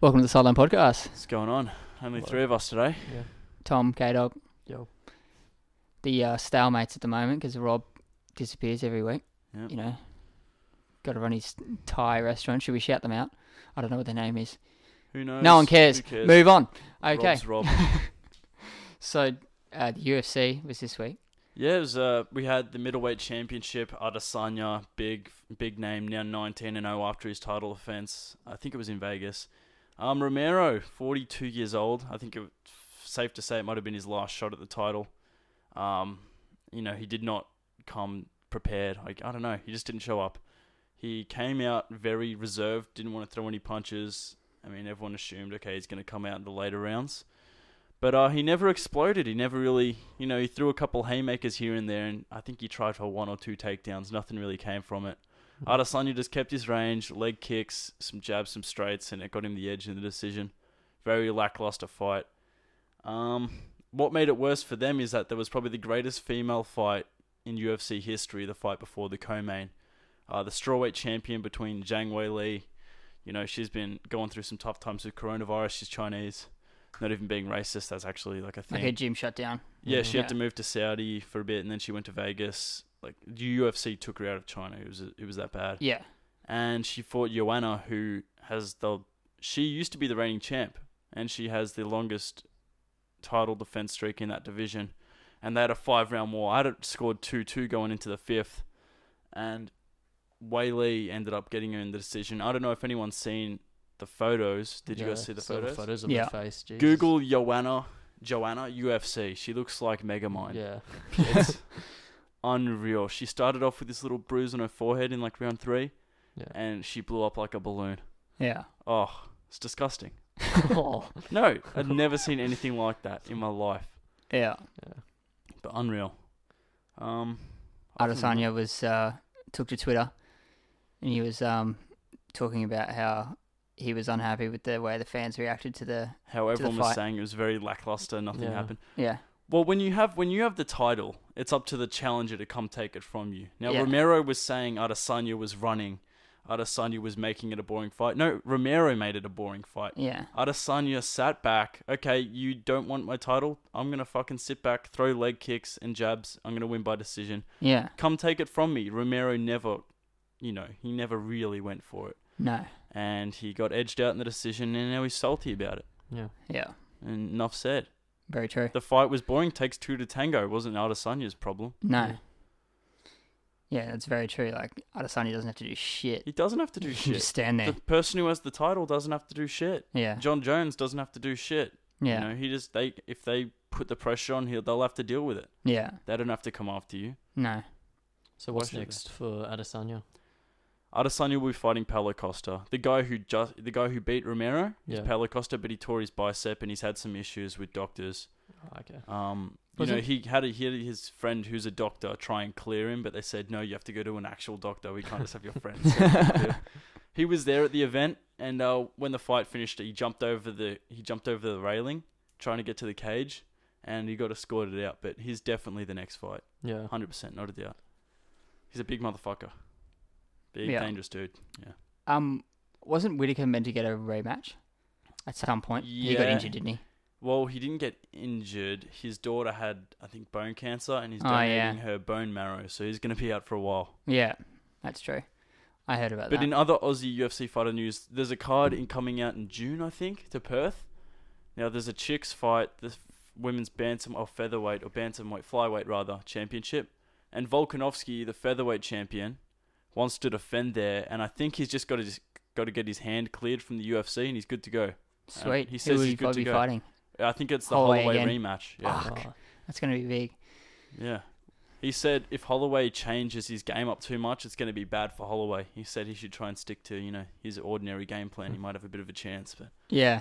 Welcome to the Sideline Podcast. What's going on? Only Hello. three of us today. Yeah. Tom, K Dog, Yo. the uh, stalemates at the moment because Rob disappears every week. Yep. You know, got to run his Thai restaurant. Should we shout them out? I don't know what their name is. Who knows? No one cares. Who cares? Move on. Okay. Rob's Rob. So uh, the UFC was this week. yeah, it was, uh, we had the middleweight championship. Adesanya, big big name, now 19 and 0 after his title offense. I think it was in Vegas. Um, Romero, 42 years old. I think it was safe to say it might have been his last shot at the title. Um, you know, he did not come prepared. Like I don't know, he just didn't show up. He came out very reserved, didn't want to throw any punches. I mean, everyone assumed, okay, he's going to come out in the later rounds. But uh, he never exploded. He never really, you know, he threw a couple haymakers here and there, and I think he tried for one or two takedowns. Nothing really came from it. Adesanya just kept his range, leg kicks, some jabs, some straights, and it got him the edge in the decision. Very lackluster fight. Um, what made it worse for them is that there was probably the greatest female fight in UFC history, the fight before the co-main. Uh, the strawweight champion between Zhang Wei Li, you know, she's been going through some tough times with coronavirus. She's Chinese. Not even being racist, that's actually like a thing. Like a gym shut down. Yeah, Mhm. she had Yeah. to move to Saudi for a bit, and then she went to Vegas. Like the UFC took her out of China. It was it was that bad. Yeah. And she fought Joanna, who has the she used to be the reigning champ, and she has the longest title defense streak in that division. And they had a five round war. I had it scored two two going into the fifth, and Whaley ended up getting her in the decision. I don't know if anyone's seen the photos. Did you guys see the photos? photos of Yeah. her face? Jesus. Google Joanna Joanna UFC. She looks like Megamind. Yeah. It's unreal. She started off with this little bruise on her forehead in like round three, Yeah. and she blew up like a balloon. Yeah. Oh, it's disgusting. oh. No, I'd never seen anything like that in my life. Yeah. But unreal. Um, other than Adesanya was uh, took to Twitter, and he was um, talking about how he was unhappy with the way the fans reacted to the How everyone was fight. saying it was very lackluster. Nothing Yeah. happened. yeah Well, when you have when you have the title, it's up to the challenger to come take it from you. Now Yeah. Romero was saying Adesanya was running, Adesanya was making it a boring fight. No, Romero made it a boring fight. yeah Adesanya sat back. Okay, you don't want my title. I'm gonna fucking sit back, throw leg kicks and jabs. I'm gonna win by decision. yeah Come take it from me. Romero never, you know, he never really went for it, no and he got edged out in the decision, and now he's salty about it. Yeah. yeah And enough said. very true The fight was boring. Takes two to tango. It wasn't Adesanya's problem. no yeah that's very true like Adesanya doesn't have to do shit He doesn't have to do he shit. can just stand the there person who has the title doesn't have to do shit. yeah John Jones doesn't have to do shit. yeah You know, he just they if they put the pressure on, he'll they'll have to deal with it. yeah They don't have to come after you. no So What's what's next for Adesanya? Adesanya will be fighting Paulo Costa, the guy who just the guy who beat Romero. Yeah. Is Paulo Costa, but he tore his bicep and he's had some issues with doctors. Oh, okay. Um, you Wasn't- know, he had a, he had his friend who's a doctor try and clear him, but they said no, you have to go to an actual doctor. We can't just have your friends. he was there at the event, and uh, when the fight finished, he jumped over the he jumped over the railing trying to get to the cage, and he got escorted out. But he's definitely the next fight, Yeah. hundred percent, not a doubt. He's a big motherfucker, big Yeah. dangerous dude. Yeah. um wasn't Whitaker meant to get a rematch at some point he got Yeah. injured didn't he Well, he didn't get injured. His daughter had, I think, bone cancer, and he's Oh, donating yeah. her bone marrow, so he's going to be out for a while. yeah that's true I heard about But that in other Aussie UFC fighter news, there's a card in coming out in June, I think, to Perth. Now there's a chicks fight, the women's bantam or featherweight or bantamweight flyweight rather championship, and Volkanovski, the featherweight champion, wants to defend there, and I think he's just got to just got to get his hand cleared from the UFC, and he's good to go. sweet uh, he who says will he's he good to be go. fighting I think it's the Holloway Holloway, again. rematch. Yeah. Fuck. Oh, that's gonna be big Yeah. He said if Holloway changes his game up too much, it's going to be bad for Holloway. He said he should try and stick to, you know, his ordinary Hmm. game plan. He might have a bit of a chance, but yeah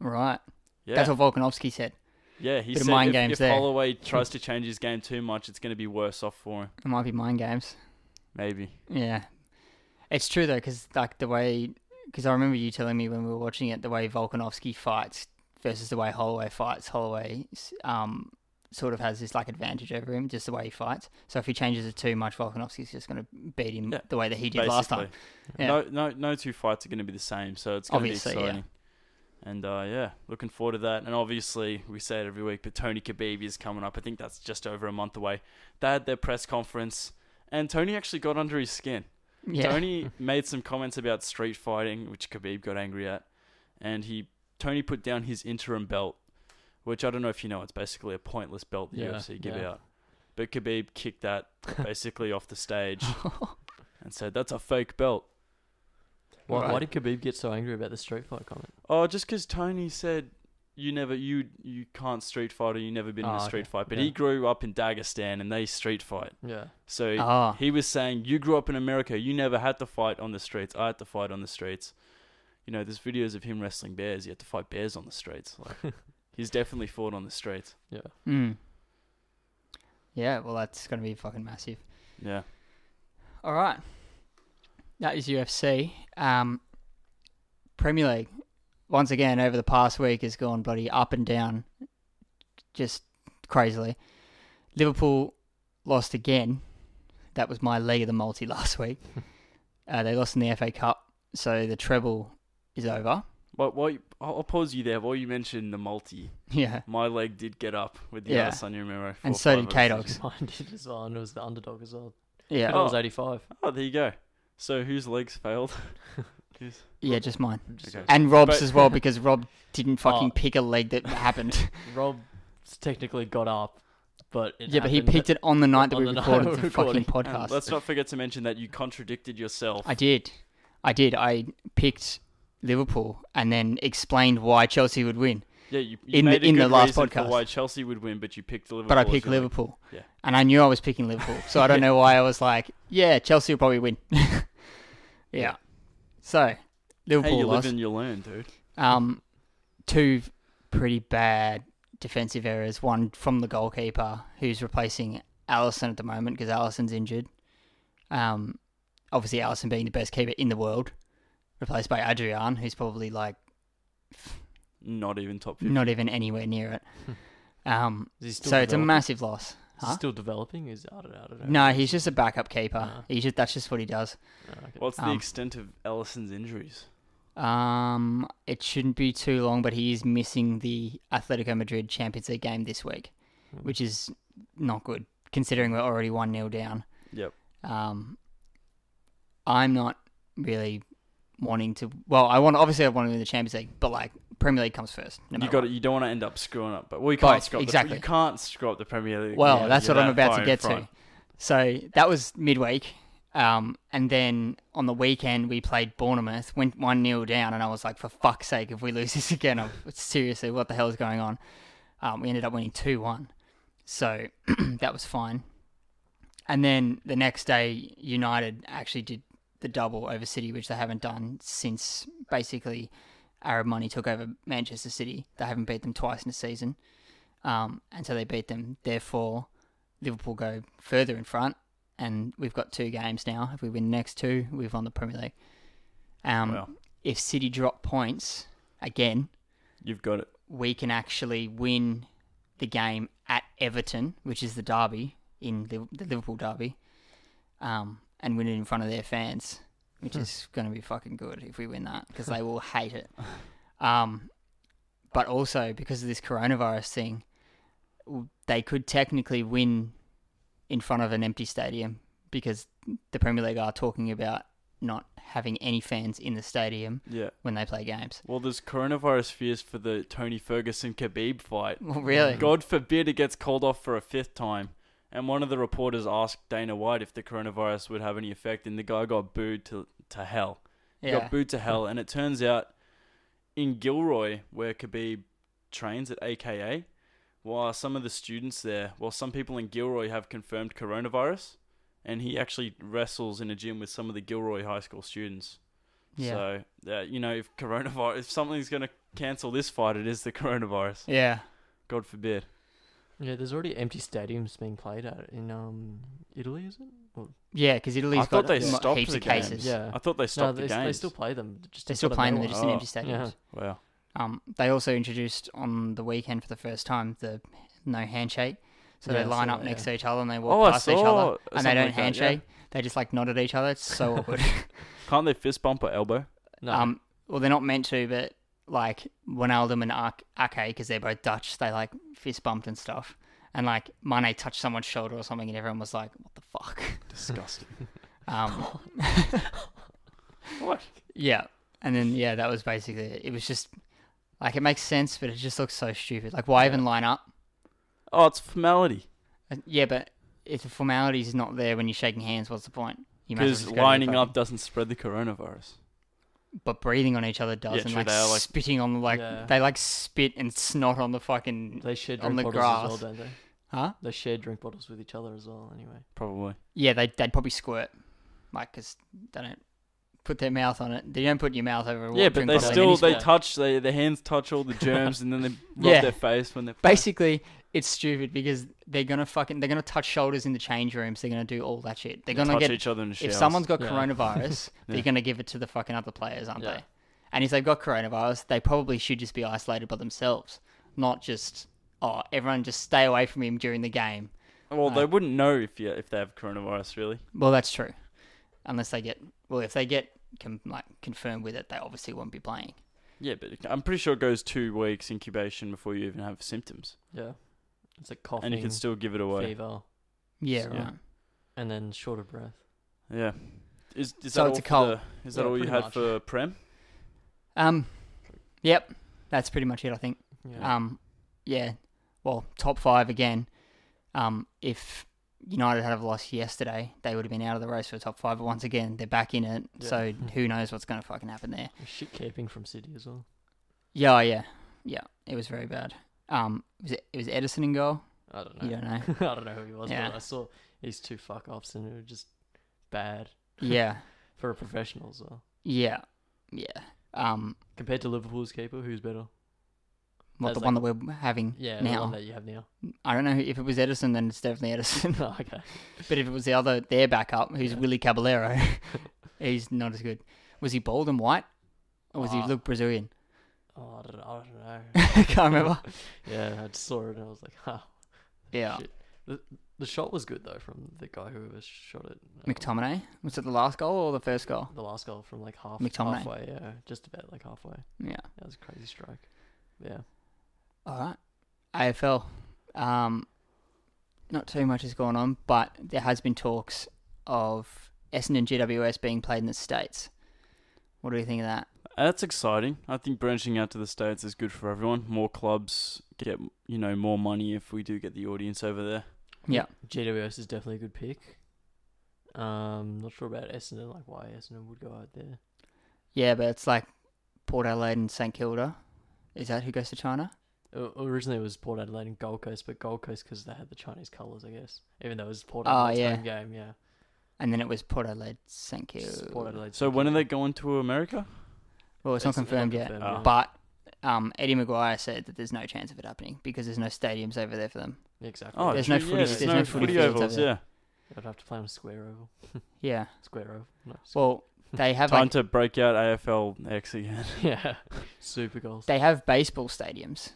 right yeah. That's what Volkanovski said. Yeah, he Bit of said mind if, games if there. Holloway tries to change his game too much, it's going to be worse off for him. It might be mind games. Maybe. Yeah, it's true though, because like the way, because I remember you telling me when we were watching it, the way Volkanovski fights versus the way Holloway fights. Holloway, um, sort of has this like advantage over him, just the way he fights. So if he changes it too much, Volkanovski's just going to beat him Yeah, the way that he did last time. basically. Yeah. No, no, no two fights are going to be the same, so it's going Obviously, to yeah. be exciting. And uh, yeah, looking forward to that. And obviously, we say it every week, but Tony Khabib is coming up. I think that's just over a month away. They had their press conference, and Tony actually got under his skin. Yeah, Tony made some comments about street fighting, which Khabib got angry at, and he Tony put down his interim belt, which I don't know if you know, it's basically a pointless belt the Yeah, UFC give yeah. out. But Khabib kicked that basically off the stage and said, "That's a fake belt." Why, why Right. did Khabib get so angry about the street fight comment? Oh, just because Tony said you never you you can't street fight or you never been in Oh, a okay. street fight, but Yeah. he grew up in Dagestan and they street fight. Yeah. So Ah, he was saying, "You grew up in America. You never had to fight on the streets. I had to fight on the streets." You know, there's videos of him wrestling bears. He had to fight bears on the streets. Like, he's definitely fought on the streets. Yeah. mm. yeah. Well, that's going to be fucking massive. Yeah. All right. That is UFC. Um, Premier League, once again, over the past week has gone bloody up and down just crazily. Liverpool lost again. That was my leg of the multi last week. uh, they lost in the FA Cup, so the treble is over. But while you, I'll I'll pause you there. While you mentioned the multi, Yeah. my leg did get up with the Yeah. other Sonia Romero. And so did 4-5 over K-Dogs. Mine did as well, and it was the underdog as well. Yeah. And it was 85. decision. Oh, there you go. So whose legs failed? Who's- Yeah, just mine. Okay. And Rob's But- as well, because Rob didn't fucking Oh. pick a leg that happened. Rob technically got up, but it yeah, but he happened picked it on the night that on we the night recorded we're the fucking recording. And podcast. let's not forget to mention that you contradicted yourself. I did. I did. I picked Liverpool and then explained why Chelsea would win. yeah, you, you in the- made a in the good last reason for podcast. why Chelsea would win, but you picked Liverpool. But I as picked your leg. Liverpool. Yeah. And I knew I was picking Liverpool. So I don't know why I was like, yeah, Chelsea will probably win. yeah. So Liverpool Hey, you lost. live and you learn, dude. Um, two pretty bad defensive errors. One from the goalkeeper, who's replacing Allison at the moment because Allison's injured. Um, obviously Allison being the best keeper in the world, replaced by Adrian, who's probably like Not even top 50. not even anywhere near it. Um, Is he Hmm. still so it's a developing? massive loss. Is huh? he still developing? Is I don't, I don't know. No, he's just a backup keeper. Uh. He's just, that's just what he does. Oh, okay. What's the Um, extent of Ellison's injuries? Um, it shouldn't be too long, but he is missing the Atletico Madrid Champions League game this week, Hmm. which is not good considering we're already one 0 down. Yep. Um, I'm not really wanting to. Well, I want obviously I want to win the Champions League, but like Premier League comes first. No you matter got what. You don't want to end up screwing up, but well, you can't Both, screw up exactly. The, you can't screw up the Premier League. Well, Yeah, that's you're what I'm that about far to in get front. to. So that was midweek. Um, and then on the weekend, we played Bournemouth, went 1 0 down, and I was like, for fuck's sake, if we lose this again, I'm, seriously, what the hell is going on? Um, we ended up winning 2 1. So that was fine. And then the next day, United actually did the double over City, which they haven't done since basically Arab money took over Manchester City. They haven't beat them twice in a season. Um, and so they beat them. Therefore, Liverpool go further in front, and we've got two games now. If we win the next two, we've won the Premier League. Um, Wow. If City drop points again, You've got it. we can actually win the game at Everton, which is the derby in Liv- the Liverpool derby, um, and win it in front of their fans, which is going to be fucking good if we win that because they will hate it. Um, but also because of this coronavirus thing, w- they could technically win in front of an empty stadium because the Premier League are talking about not having any fans in the stadium Yeah. when they play games. Well, there's coronavirus fears for the Tony Ferguson Khabib fight. Well, really? God forbid it gets called off for a fifth time. And one of the reporters asked Dana White if the coronavirus would have any effect, and the guy got booed to to hell. He Yeah. got booed to hell, and it turns out in Gilroy, where Khabib trains at AKA, while some of the students there, while some people in Gilroy have confirmed coronavirus, and he actually wrestles in a gym with some of the Gilroy High School students. Yeah. So, uh, you know, if coronavirus, if something's going to cancel this fight, it is the coronavirus. Yeah. God forbid. Yeah, there's already empty stadiums being played at in um Italy, is it? Yeah, because Italy's I thought got they mo- stopped heaps the of cases. games. Yeah. I thought they no, stopped they, the games. they still play them. Just They're not still at playing them. They're Melbourne. just in Oh. empty stadiums. Yeah. wow. Um, they also introduced on the weekend for the first time the no handshake. So Yeah, they I line saw up that, next yeah. to each other and they Oh, walk I past each saw other and something they don't like that, yeah. handshake. They just like nod at each other. It's so awkward. Can't they fist bump or elbow? No. Um, well, they're not meant to, but like Wijnaldum and Ake, Ake, because they're both Dutch, they like fist bumped and stuff. And like Mane touched someone's shoulder or something, and everyone was like, "What the fuck?" Disgusting. Um, what? yeah, and then yeah, that was basically it. It was just like it makes sense, but it just looks so stupid. Like, why even line up? Oh, it's formality. Uh, Yeah, but if the formality's not there when you're shaking hands, what's the point? You might as well Because just go to the lining up fucking- doesn't spread the coronavirus. but breathing on each other does, Yeah, and true, like they are, like- spitting on like Yeah. they like spit and snot on the fucking they share on drink the bottles as well, grass. don't they? huh? They share drink bottles with each other as well. Anyway. Probably. Yeah, they they'd probably squirt, like because they don't put their mouth on it. They don't put your mouth over. A Yeah, but drink they bottle. still need to- they Yeah. touch they their hands touch all the germs and then they rub Yeah. their face when they're playing. basically it's stupid because they're gonna fucking they're gonna touch shoulders in the change rooms. They're gonna do all that shit. They're They gonna touch get each other in the if showers. someone's got Yeah. coronavirus, Yeah. they're gonna give it to the fucking other players, aren't Yeah. they? And if they've got coronavirus, they probably should just be isolated by themselves, not just oh everyone just stay away from him during the game. well, uh, they wouldn't know if you if they have coronavirus really. Well, that's true, unless they get well if they get com- like confirmed with it, they obviously won't be playing. Yeah, but it- I'm pretty sure it goes two weeks incubation before you even have symptoms, Yeah. It's like coughing, and you can still give it away. fever, Yeah, So- right. and then short of breath. Yeah. Is So is that it's all a for cold. the- is that Yeah, all you pretty had much. for prem? Um, yep, that's pretty much it. I think. Yeah. Um, yeah, well, top five again. Um, if United had have lost yesterday, they would have been out of the race for the top five. But once again, they're back in it, Yeah. so who knows what's going to fucking happen there? Shit keeping from City as well. Yeah, yeah, yeah. It was very bad. Um, was it, it was Edison in goal. I don't know. You don't know. I don't know who he was, Yeah. but I saw these two fuck offs and they were just bad yeah, for a professional as well. yeah, yeah. Um, Compared to Liverpool's keeper, who's better? what That's the one that we're having Yeah, the now? one that you have now. I don't know who- if it was Edison, then it's definitely Edison. oh, okay. but if it was the other, their backup, who's Yeah. Willie Caballero, he's not as good. Was he bald and white, or was Ah. he look Brazilian? Oh, I don't, know- I don't know. I can't remember. yeah, I just saw it and I was like, huh. Yeah. Shit. The, the shot was good though from the guy who was shot it. um, McTominay. Was it the last goal or the first goal? The last goal from like half McTominay. halfway, yeah, just about like halfway. Yeah. That was a crazy strike. Yeah. All right. AFL. Um, not too much is going on, but there has been talks of Essendon GWS being played in the States. What do you think of that? Uh, That's exciting. I think branching out to the states is good for everyone. More clubs get you know more money if we do get the audience over there. Hmm. Yeah. GWS is definitely a good pick. Um, not sure about Essendon, like why Essendon would go out there. Yeah, but it's like Port Adelaide and St Kilda. Is that who goes to China? O- originally, it was Port Adelaide and Gold Coast, but Gold Coast because they had the Chinese colours, I guess. Even though it was Port Oh, Adelaide's yeah. home game, yeah. And then it was Port Adelaide, St It's Kilda. Port Adelaide. So when are they going to America? Well, it's not confirmed yet, Oh. but um, Eddie Maguire said that there's no chance of it happening because there's no stadiums over there for them. exactly. Oh, There's true, no yeah, footy- there's, no, footy, fields ovals. over there. Yeah, I'd have to play on a square oval. Yeah. Square oval. No, square. Well, they have time like, to break out AFL X again. yeah. Super goals. they have baseball stadiums,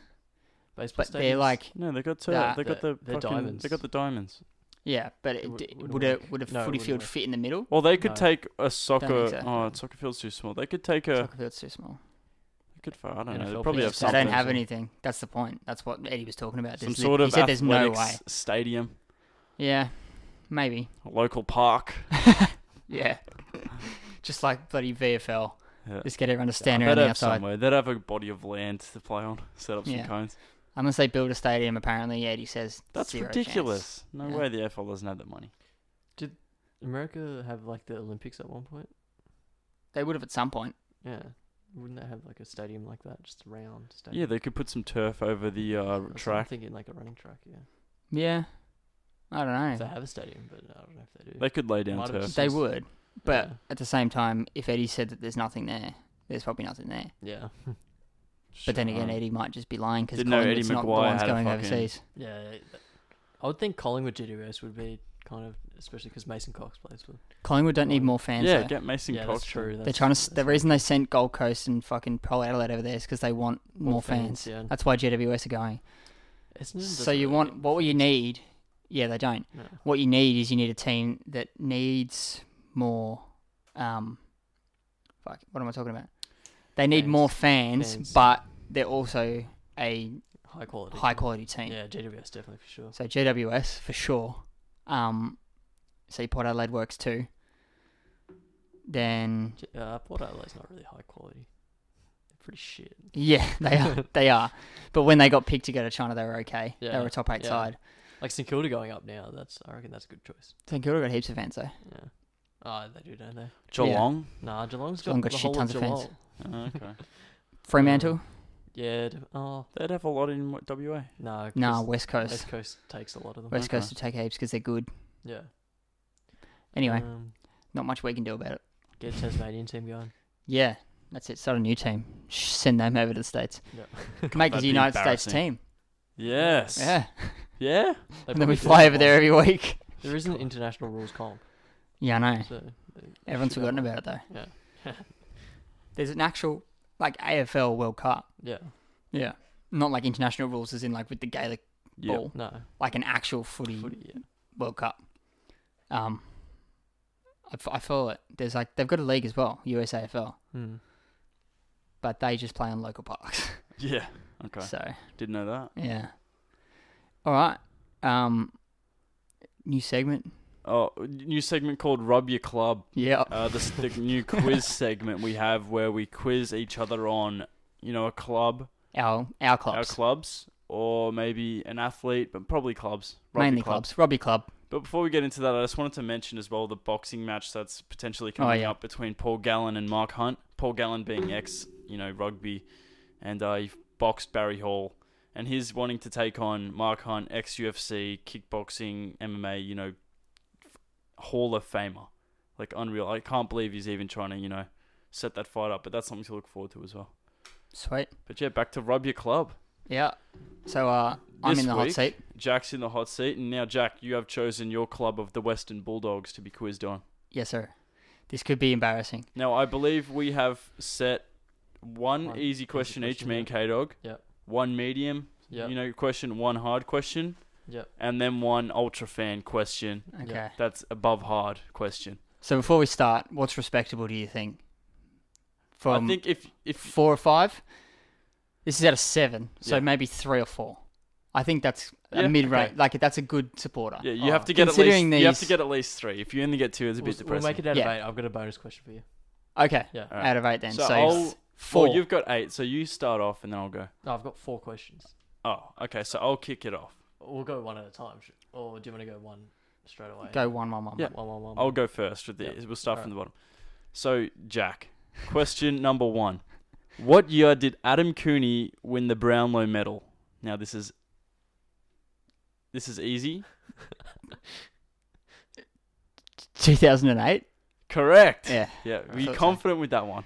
Baseball but they're stadiums? like No, they got to, Nah, they got they're- the they're fucking- diamonds. They got the diamonds. yeah. But It it, wou- d- wouldn't would a work. would a No, it footy wouldn't field work. fit in the middle? Well, they could No. take a soccer. so. Oh, soccer field's too small. They could take a. Soccer field's too small. They could, fi- I don't know. NFL They probably fields. have They They something. don't have so- anything. That's the point. That's what Eddie was talking about. Some There's sort li- of he said there's no way. athletics stadium, Yeah, maybe. a local park. Yeah, just like bloody VFL. Yeah. Just get everyone to Yeah, stand they'd around the have outside. somewhere. They'd have a body of land to play on. Set up some Yeah. cones. Unless they build a stadium, apparently Eddie says That's zero Chance. ridiculous. No Yeah. way the AFL doesn't have that money. America have like the Olympics at one point. They would have at some point. Yeah. Wouldn't they have like a stadium like that? Just a round stadium. Yeah, they could put some turf over the uh, That's what I'm track. thinking like a running track, yeah. Yeah, I don't They know. have a stadium, but I don't know if they do. They could lay down Might have turf. just- They would, but Yeah. at the same time, if Eddie said that there's nothing there, there's probably nothing there. Yeah. But then again, Um, Eddie might just be lying because Didn't know Eddie Collingwood's not the Maguire ones had a going fucking- overseas. Yeah, I would think Collingwood GWS would be kind of, especially because Mason Cox plays for. Collingwood don't need more fans. yeah, though. get Mason yeah, Cox. that's true. They're that's- trying to. The that's- reason they sent Gold Coast and fucking Pro Adelaide over there is because they want more, fans. yeah. That's why GWS are going. Essendon doesn't So you really want get what you fans. need? Yeah, they don't. No. What you need is you need a team that needs more. Um, fuck. What am I talking about? They need Fans. more fans, Fans. but they're also a High quality. high quality team. Yeah, GWS definitely for sure. So JWS for sure. Um, see Port Adelaide works too. Then J- Uh, Port Adelaide's not really high quality. They're pretty shit. yeah, they are they are. But when they got picked to go to China, they were okay. They Yeah, were a top eight yeah. side. Like St Kilda going up now. That's I reckon that's a good choice. St Kilda got heaps of fans though. Yeah. Oh, they do, don't they? Geelong. Nah, Geelong's got, Geelong got the shit whole tons of of fans. Geelong. Oh, okay. Fremantle, Mm. Yeah. d- Oh They'd have a lot in WA. no. 'cause nah, West Coast. West Coast takes a lot of them. West Okay. Coast to take heaps because they're good. Yeah. Anyway, Um, not much we can do about it. get Tasmanian team going. Yeah, that's it. Start a new team. Sh- Send them over to the states. Yeah. Make us that'd a be United States team. embarrassing. Yes. Yeah, Yeah. They and then we probably do fly have over one. there every week. There is an international rules comp, Yeah, I know. so they Everyone's should have forgotten about one. it though. Yeah. There's an actual like AFL World Cup. Yeah. Yeah. Not like international rules as in like with the Gaelic Yeah. ball. No. Like an actual footy, Footy, yeah. World Cup. Um I, f- I feel it. There's like they've got a league as well, USAFL, Hmm. but they just play on local parks. Yeah. Okay. So, Didn't know that. yeah. All right. Um new segment. Oh, new segment called Rub Your Club. Yeah. Uh, this the new quiz segment we have where we quiz each other on, you know, a club, Our our clubs. our clubs, or maybe an athlete, but probably clubs. rugby Mainly clubs. Rugby club. But before we get into that, I just wanted to mention as well the boxing match that's potentially coming yeah. up between Paul Gallen and Mark Hunt. Paul Gallen being ex, you know, rugby, and uh, he boxed Barry Hall, and he's wanting to take on Mark Hunt, ex UFC, kickboxing, MMA, you know, Hall of Famer. Like unreal. I can't believe he's even trying to, you know, set that fight up. But that's something to look forward to as well. Sweet. But yeah, back to rub your club. Yeah. So uh I'm This in the hot week- seat. Jack's in the hot seat, and now Jack, you have chosen your club of the Western Bulldogs to be quizzed on. Yes, sir. This could be embarrassing. Now I believe we have set one, One easy question each, question, me yeah. and K Dog. Yep. One medium, Yep. you know, question. One hard question, Yep. and then one ultra fan question. Okay. Yeah. That's above hard question. So before we start, what's respectable do you think? From I think if if four or five? This is out of seven, so Yeah. maybe three or four. I think that's Yeah, a mid range. okay. Like that's a good supporter. yeah, you have Oh. to get at least Considering you have to these- get at least three. If you only get two, it's a We'll, bit we'll depressing. make it out Yeah. of eight. I've got a bonus question for you. Okay. Yeah. Alright. Out of eight then. So, So I'll- four. Well, you've got eight, so you start off, and then I'll go. No, I've got four questions. Oh, okay. So I'll kick it off. We'll go one at a time, sh- or do you want to go one straight away? Go one, one, one. Yeah. One, one, one. I'll go first with the. Yeah. We'll start Alright. from the bottom. So, Jack, question number one: What year did Adam Cooney win the Brownlow Medal? Now, this is this is easy. Two thousand and eight. Correct. Yeah. Yeah. I Were you thought so. confident with that one?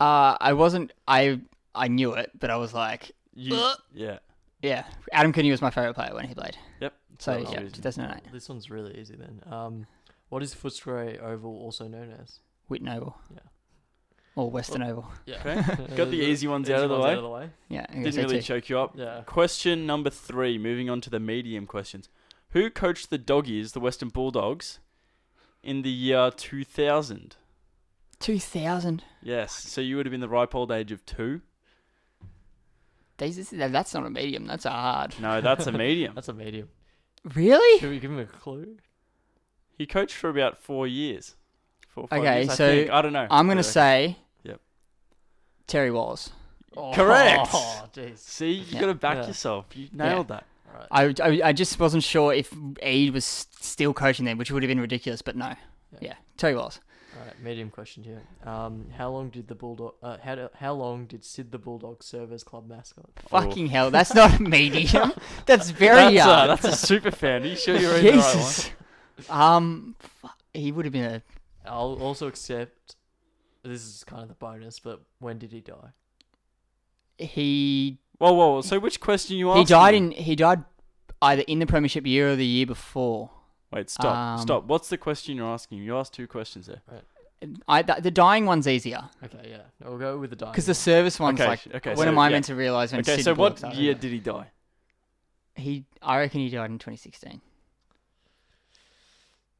Uh, I wasn't. I I knew it, but I was like, You, Uh. yeah. yeah. Adam Cooney was my favorite player when he played. Yep. So that was yeah, easy. two thousand and eight. This one's really easy then. Um, what is Footscray Oval also known as? Whit Noble. Yeah. Or Western Oval. Yeah. Okay. Got the easy ones Easy out of the ones way. Oh. Yeah. I guess Didn't so really too. choke you up. Yeah. Question number three. Moving on to the medium questions. Who coached the doggies, the Western Bulldogs, in the year two thousand? Two thousand. Yes. So you would have been the ripe old age of two. These, this, that- that's not a medium. That's a hard. No, that's a medium. That's a medium. Really? Should we give him a clue? he coached for about four years. Four, five Okay, years, I so think. I don't know. I'm gonna Okay. say. Yep. Terry Walls. Correct. Oh, jeez. See, you Yeah. gotta back Yeah. yourself. You nailed that. All right. I, I, I just wasn't sure if Eid was still coaching them, which would have been ridiculous, but no. Yeah. Yeah. Terry Walls. All right. Medium question here. Um, how long did the bulldog? Uh, how do, how long did Sid the Bulldog serve as club mascot? Fucking hell. That's not a medium. that's very Oh. that's, uh, hard. that's a super fan. Are you sure you're reading the right one? Jesus. um, fu- he would have been a. I'll also accept. This is kind of the bonus, but when did he die? he Whoa, whoa, whoa. So which question you asked? he died me? in he died either in the Premiership year or the year before. Wait, stop, um, stop. What's the question you're asking? You asked two questions there. I th- the dying one's easier Okay, yeah. No, we'll go with the dying. because the service one's Okay, like okay, when so, am I yeah. meant to realise when? Okay, Sid so Bullock's what up? year did he die? he? I reckon he died in 2016.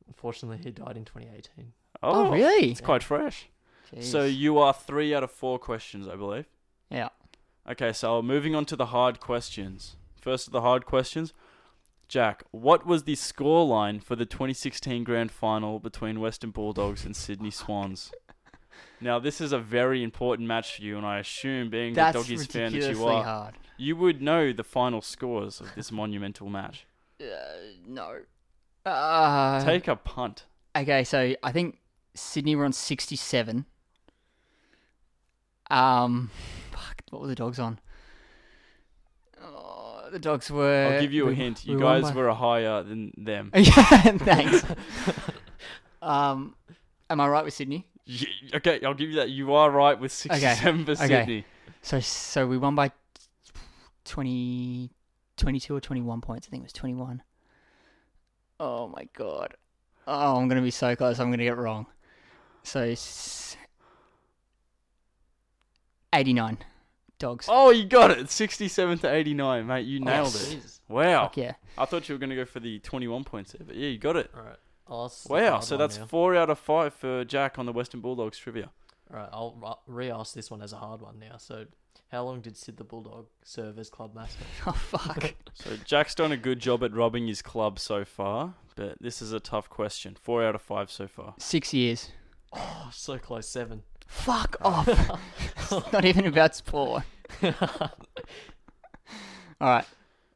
Unfortunately, he died in 2018. Oh, really? It's quite fresh. So Jeez. you are three out of four questions, I believe. yeah, Okay, so moving on to the hard questions. First of the hard questions, Jack, what was the score line for the 2016 grand final between Western Bulldogs and Sydney Swans? Now, this is a very important match for you, and I assume, being that's the Doggies fan that ridiculously you are, hard. you would know the final scores of this monumental match. Uh, no. Uh, Take a punt. Okay, so I think Sydney were on 67. Um, fuck, what were the dogs on? Oh, the dogs were. I'll give you a we- hint. we You won guys by- were higher than them. yeah, thanks. um, am I right with Sydney? Y- Okay, I'll give you that. You are right with 67 for okay. Sydney. So, so we won by 20, 22 or 21 points. I think it was 21. Oh my god. Oh, I'm going to be so close. I'm going to get it wrong. So, s- 89 dogs. Oh, you got it. 67 to 89, mate. You nailed Yes. it. Jesus. Wow. Fuck yeah. I thought you were going to go for the 21 points there, but yeah, you got it. All right. I'll ask the Wow. hard So one that's now. four out of five for Jack on the Western Bulldogs trivia. All right, I'll re ask this one as a hard one now. So, how long did Sid the Bulldog serve as club mascot? Oh, fuck. So Jack's done a good job at robbing his club so far, but this is a tough question. Four out of five so far. Six years. Oh, so close, seven. Fuck Oh. off. It's Not even about sport. Um, All right.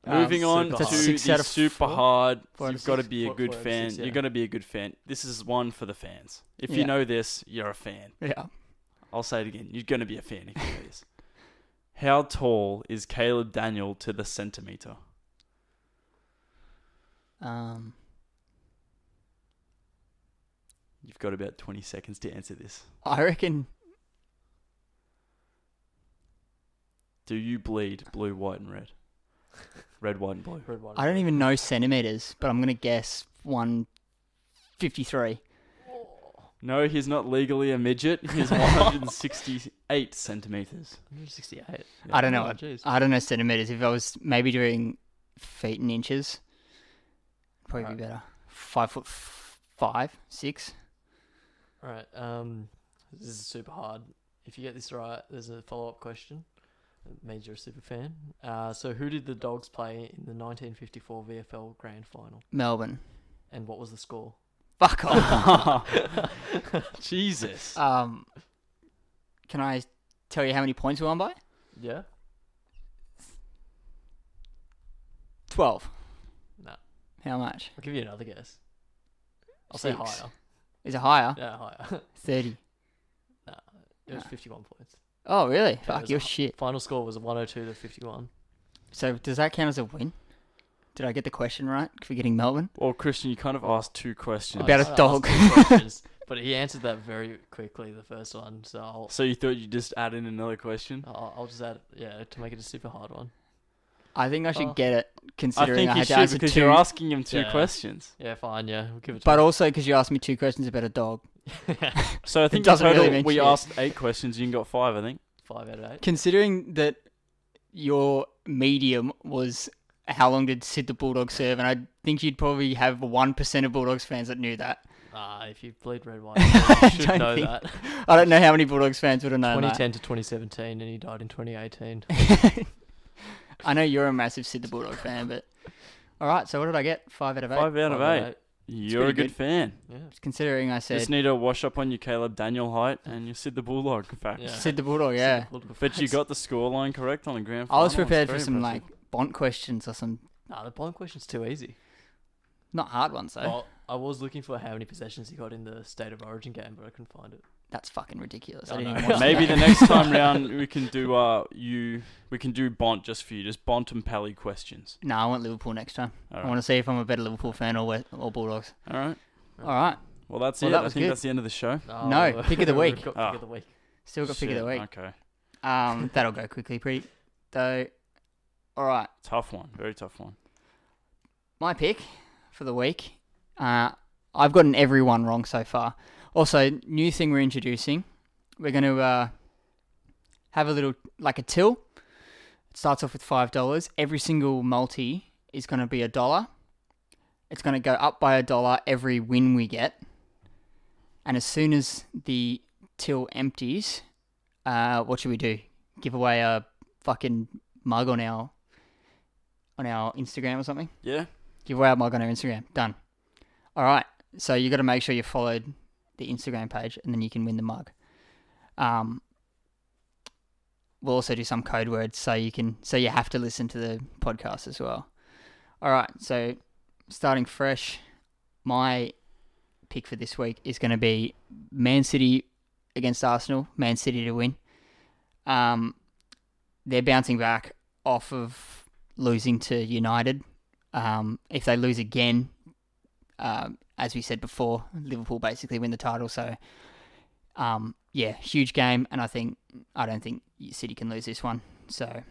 Um, Moving on super to hard. Six the out of super four? hard. Four out You've of got to six? be a Four- good four out of fan. six, You're yeah. going to be a good fan. This is one for the fans. If Yeah. you know this, you're a fan. Yeah. I'll say it again. You're going to be a fan if you know this. How tall is Caleb Daniel to the centimeter? Um, You've got about 20 seconds to answer this. I reckon Do you bleed blue, white, and red? Red, white, and blue. Red, white, I and don't blue. even know centimeters, but I'm gonna guess one fifty-three. No, he's not legally a midget. He's 168 centimeters. 168. I don't know. Uh, Oh, what- jeez. I don't know centimeters. If I was maybe doing feet and inches, probably be better. Five foot f- five, six. All right. Um, this is super hard. If you get this right, there's a follow up question. It means you're a super fan. Uh, so who did the Dogs play in the 1954 VFL Grand Final, Melbourne. and what was the score? Fuck off. Jesus. um, can I tell you how many points we won by? Yeah. Twelve. No. How much? I'll give you another guess. I'll say Six. higher. Is it higher? Yeah, higher. Thirty. no, it was No. 51 points. Oh really? Fuck was your a- shit. Final score was 102 to 51. So does that count as a win? Did I get the question right for getting Melbourne? well, Christian, you kind of asked two questions. About a I- I dog. asked two questions, but he answered that very quickly, the first one. So I'll, So you thought you'd just add in another question? I'll, I'll just add, yeah, to make it a super hard one. I think I should Oh. get it I considering think I, you had to should answer because 2 you're asking him two Yeah. questions. Yeah, fine. Yeah, we'll give it. To But him. also because you asked me two questions about a dog. So I think in doesn't really total mean we shit. asked eight questions. You got five, I think. five out of eight. Considering that your medium was how long did Sid the Bulldog serve, and I think you'd probably have one percent of Bulldogs fans that knew that. Ah, if you bleed red, white, and blue, you don't should know think- that. I don't know how many Bulldogs fans would have known that. 2010 to 2017, and he died in 2018. I know you're a massive Sid the Bulldog fan, but all right. So what did I get? Five out of eight. Five out of Five out eight. You're a pretty good, good. fan. Yeah. Considering I Just said need to wash up on your Caleb Daniel height and you Sid the Bulldog fact. Yeah. Sid the Bulldog, yeah. Super cool to- But you got the scoreline correct on the grand I final. was prepared for It's some very like Bont questions or some Nah, the blind question's too easy. not hard ones though. Oh. Well, I was looking for how many possessions he got in the State of Origin game, but I couldn't find it. That's fucking ridiculous. I I didn't know. even impressive. watch Maybe the game. next time round we can do uh you we can do Bont just for you, just Bont and Pally questions. No, I want Liverpool next time. All I right. want to see if I'm a better Liverpool fan or West, or Bulldogs. All right. All right, Well, that's Well, it. that I was think good. that's the end of the show. No, pick of the Oh. we've week. got pick Ah. of the week. still got pick of Shit, the week. Okay. Um, that'll go quickly, pretty though. All right, Tough one. Very tough one. my pick for the week. Uh, I've gotten everyone wrong so far. Also, new thing we're introducing. We're going to uh, have a little like a till. It starts off with five dollars. Every single multi is going to be a dollar. It's going to go up by a dollar every win we get. And as soon as the till empties, uh, what should we do? Give away a fucking mug on our on our Instagram or something. Yeah. Give away our mug on our Instagram. Done. All right. So you got to make sure you followed the Instagram page, and then you can win the mug. Um, we'll also do some code words, so you can so you have to listen to the podcast as well. All right. So starting fresh, my pick for this week is going to be Man City against Arsenal. Man City to win. Um, they're bouncing back off of losing to United. Um, if they lose again, um, as we said before, Liverpool basically win the title. So, um, yeah, huge game, and I think I don't think City can lose this one. So,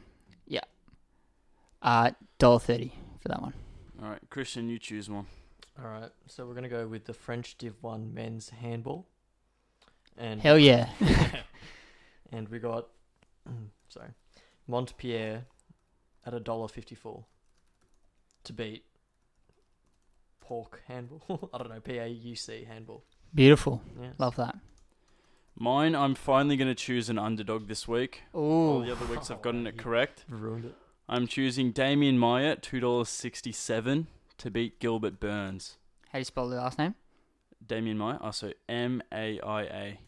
yeah, uh, dollar thirty for that one. All right, Christian, you choose one. All right, so we're gonna go with the French Div One men's handball, and Hell yeah! and we got sorry Montpierre at a dollar fifty four to beat Pork handball. I don't know P A U C handball. Beautiful, Yeah, love that. Mine, I'm finally going to choose an underdog this week. All the Ooh, other weeks I've Oh, gotten it you- correct. ruined it. I'm choosing Damien Meyer at $2.67 to beat Gilbert Burns. how do you spell the last name? Damien Meyer, oh, so M A I A.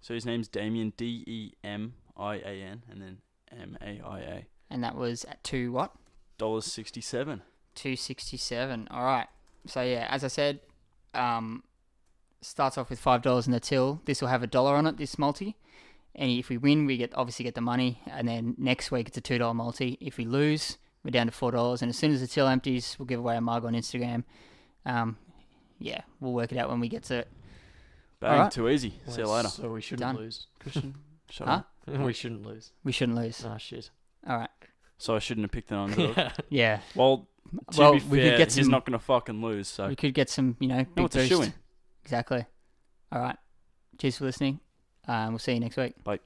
So his name's Damien, D E M I A N, and then M A I A. And that was at two what? $1.67. 267. All right. So yeah, as I said, um, starts off with five dollars in the till. This will have a dollar on it. This multi, and if we win, we get obviously get the money. And then next week it's a two dollar multi. If we lose, we're down to four dollars. And as soon as the till empties, we'll give away a mug on Instagram. Um, yeah, we'll work it out when we get to it. Bang, Alright. too easy. See you Well, later. So we shouldn't Done. lose. Christian, shut Huh? up. we shouldn't lose. We shouldn't lose. Ah shit. All right. So I shouldn't have picked an underdog. Yeah. Yeah. Well, to well, be fair, we could get he's some. not going to fucking lose. So we could get some. You know, big no, it's a boost. shoo-in. Exactly. All right. Cheers for listening. Um, we'll see you next week. Bye.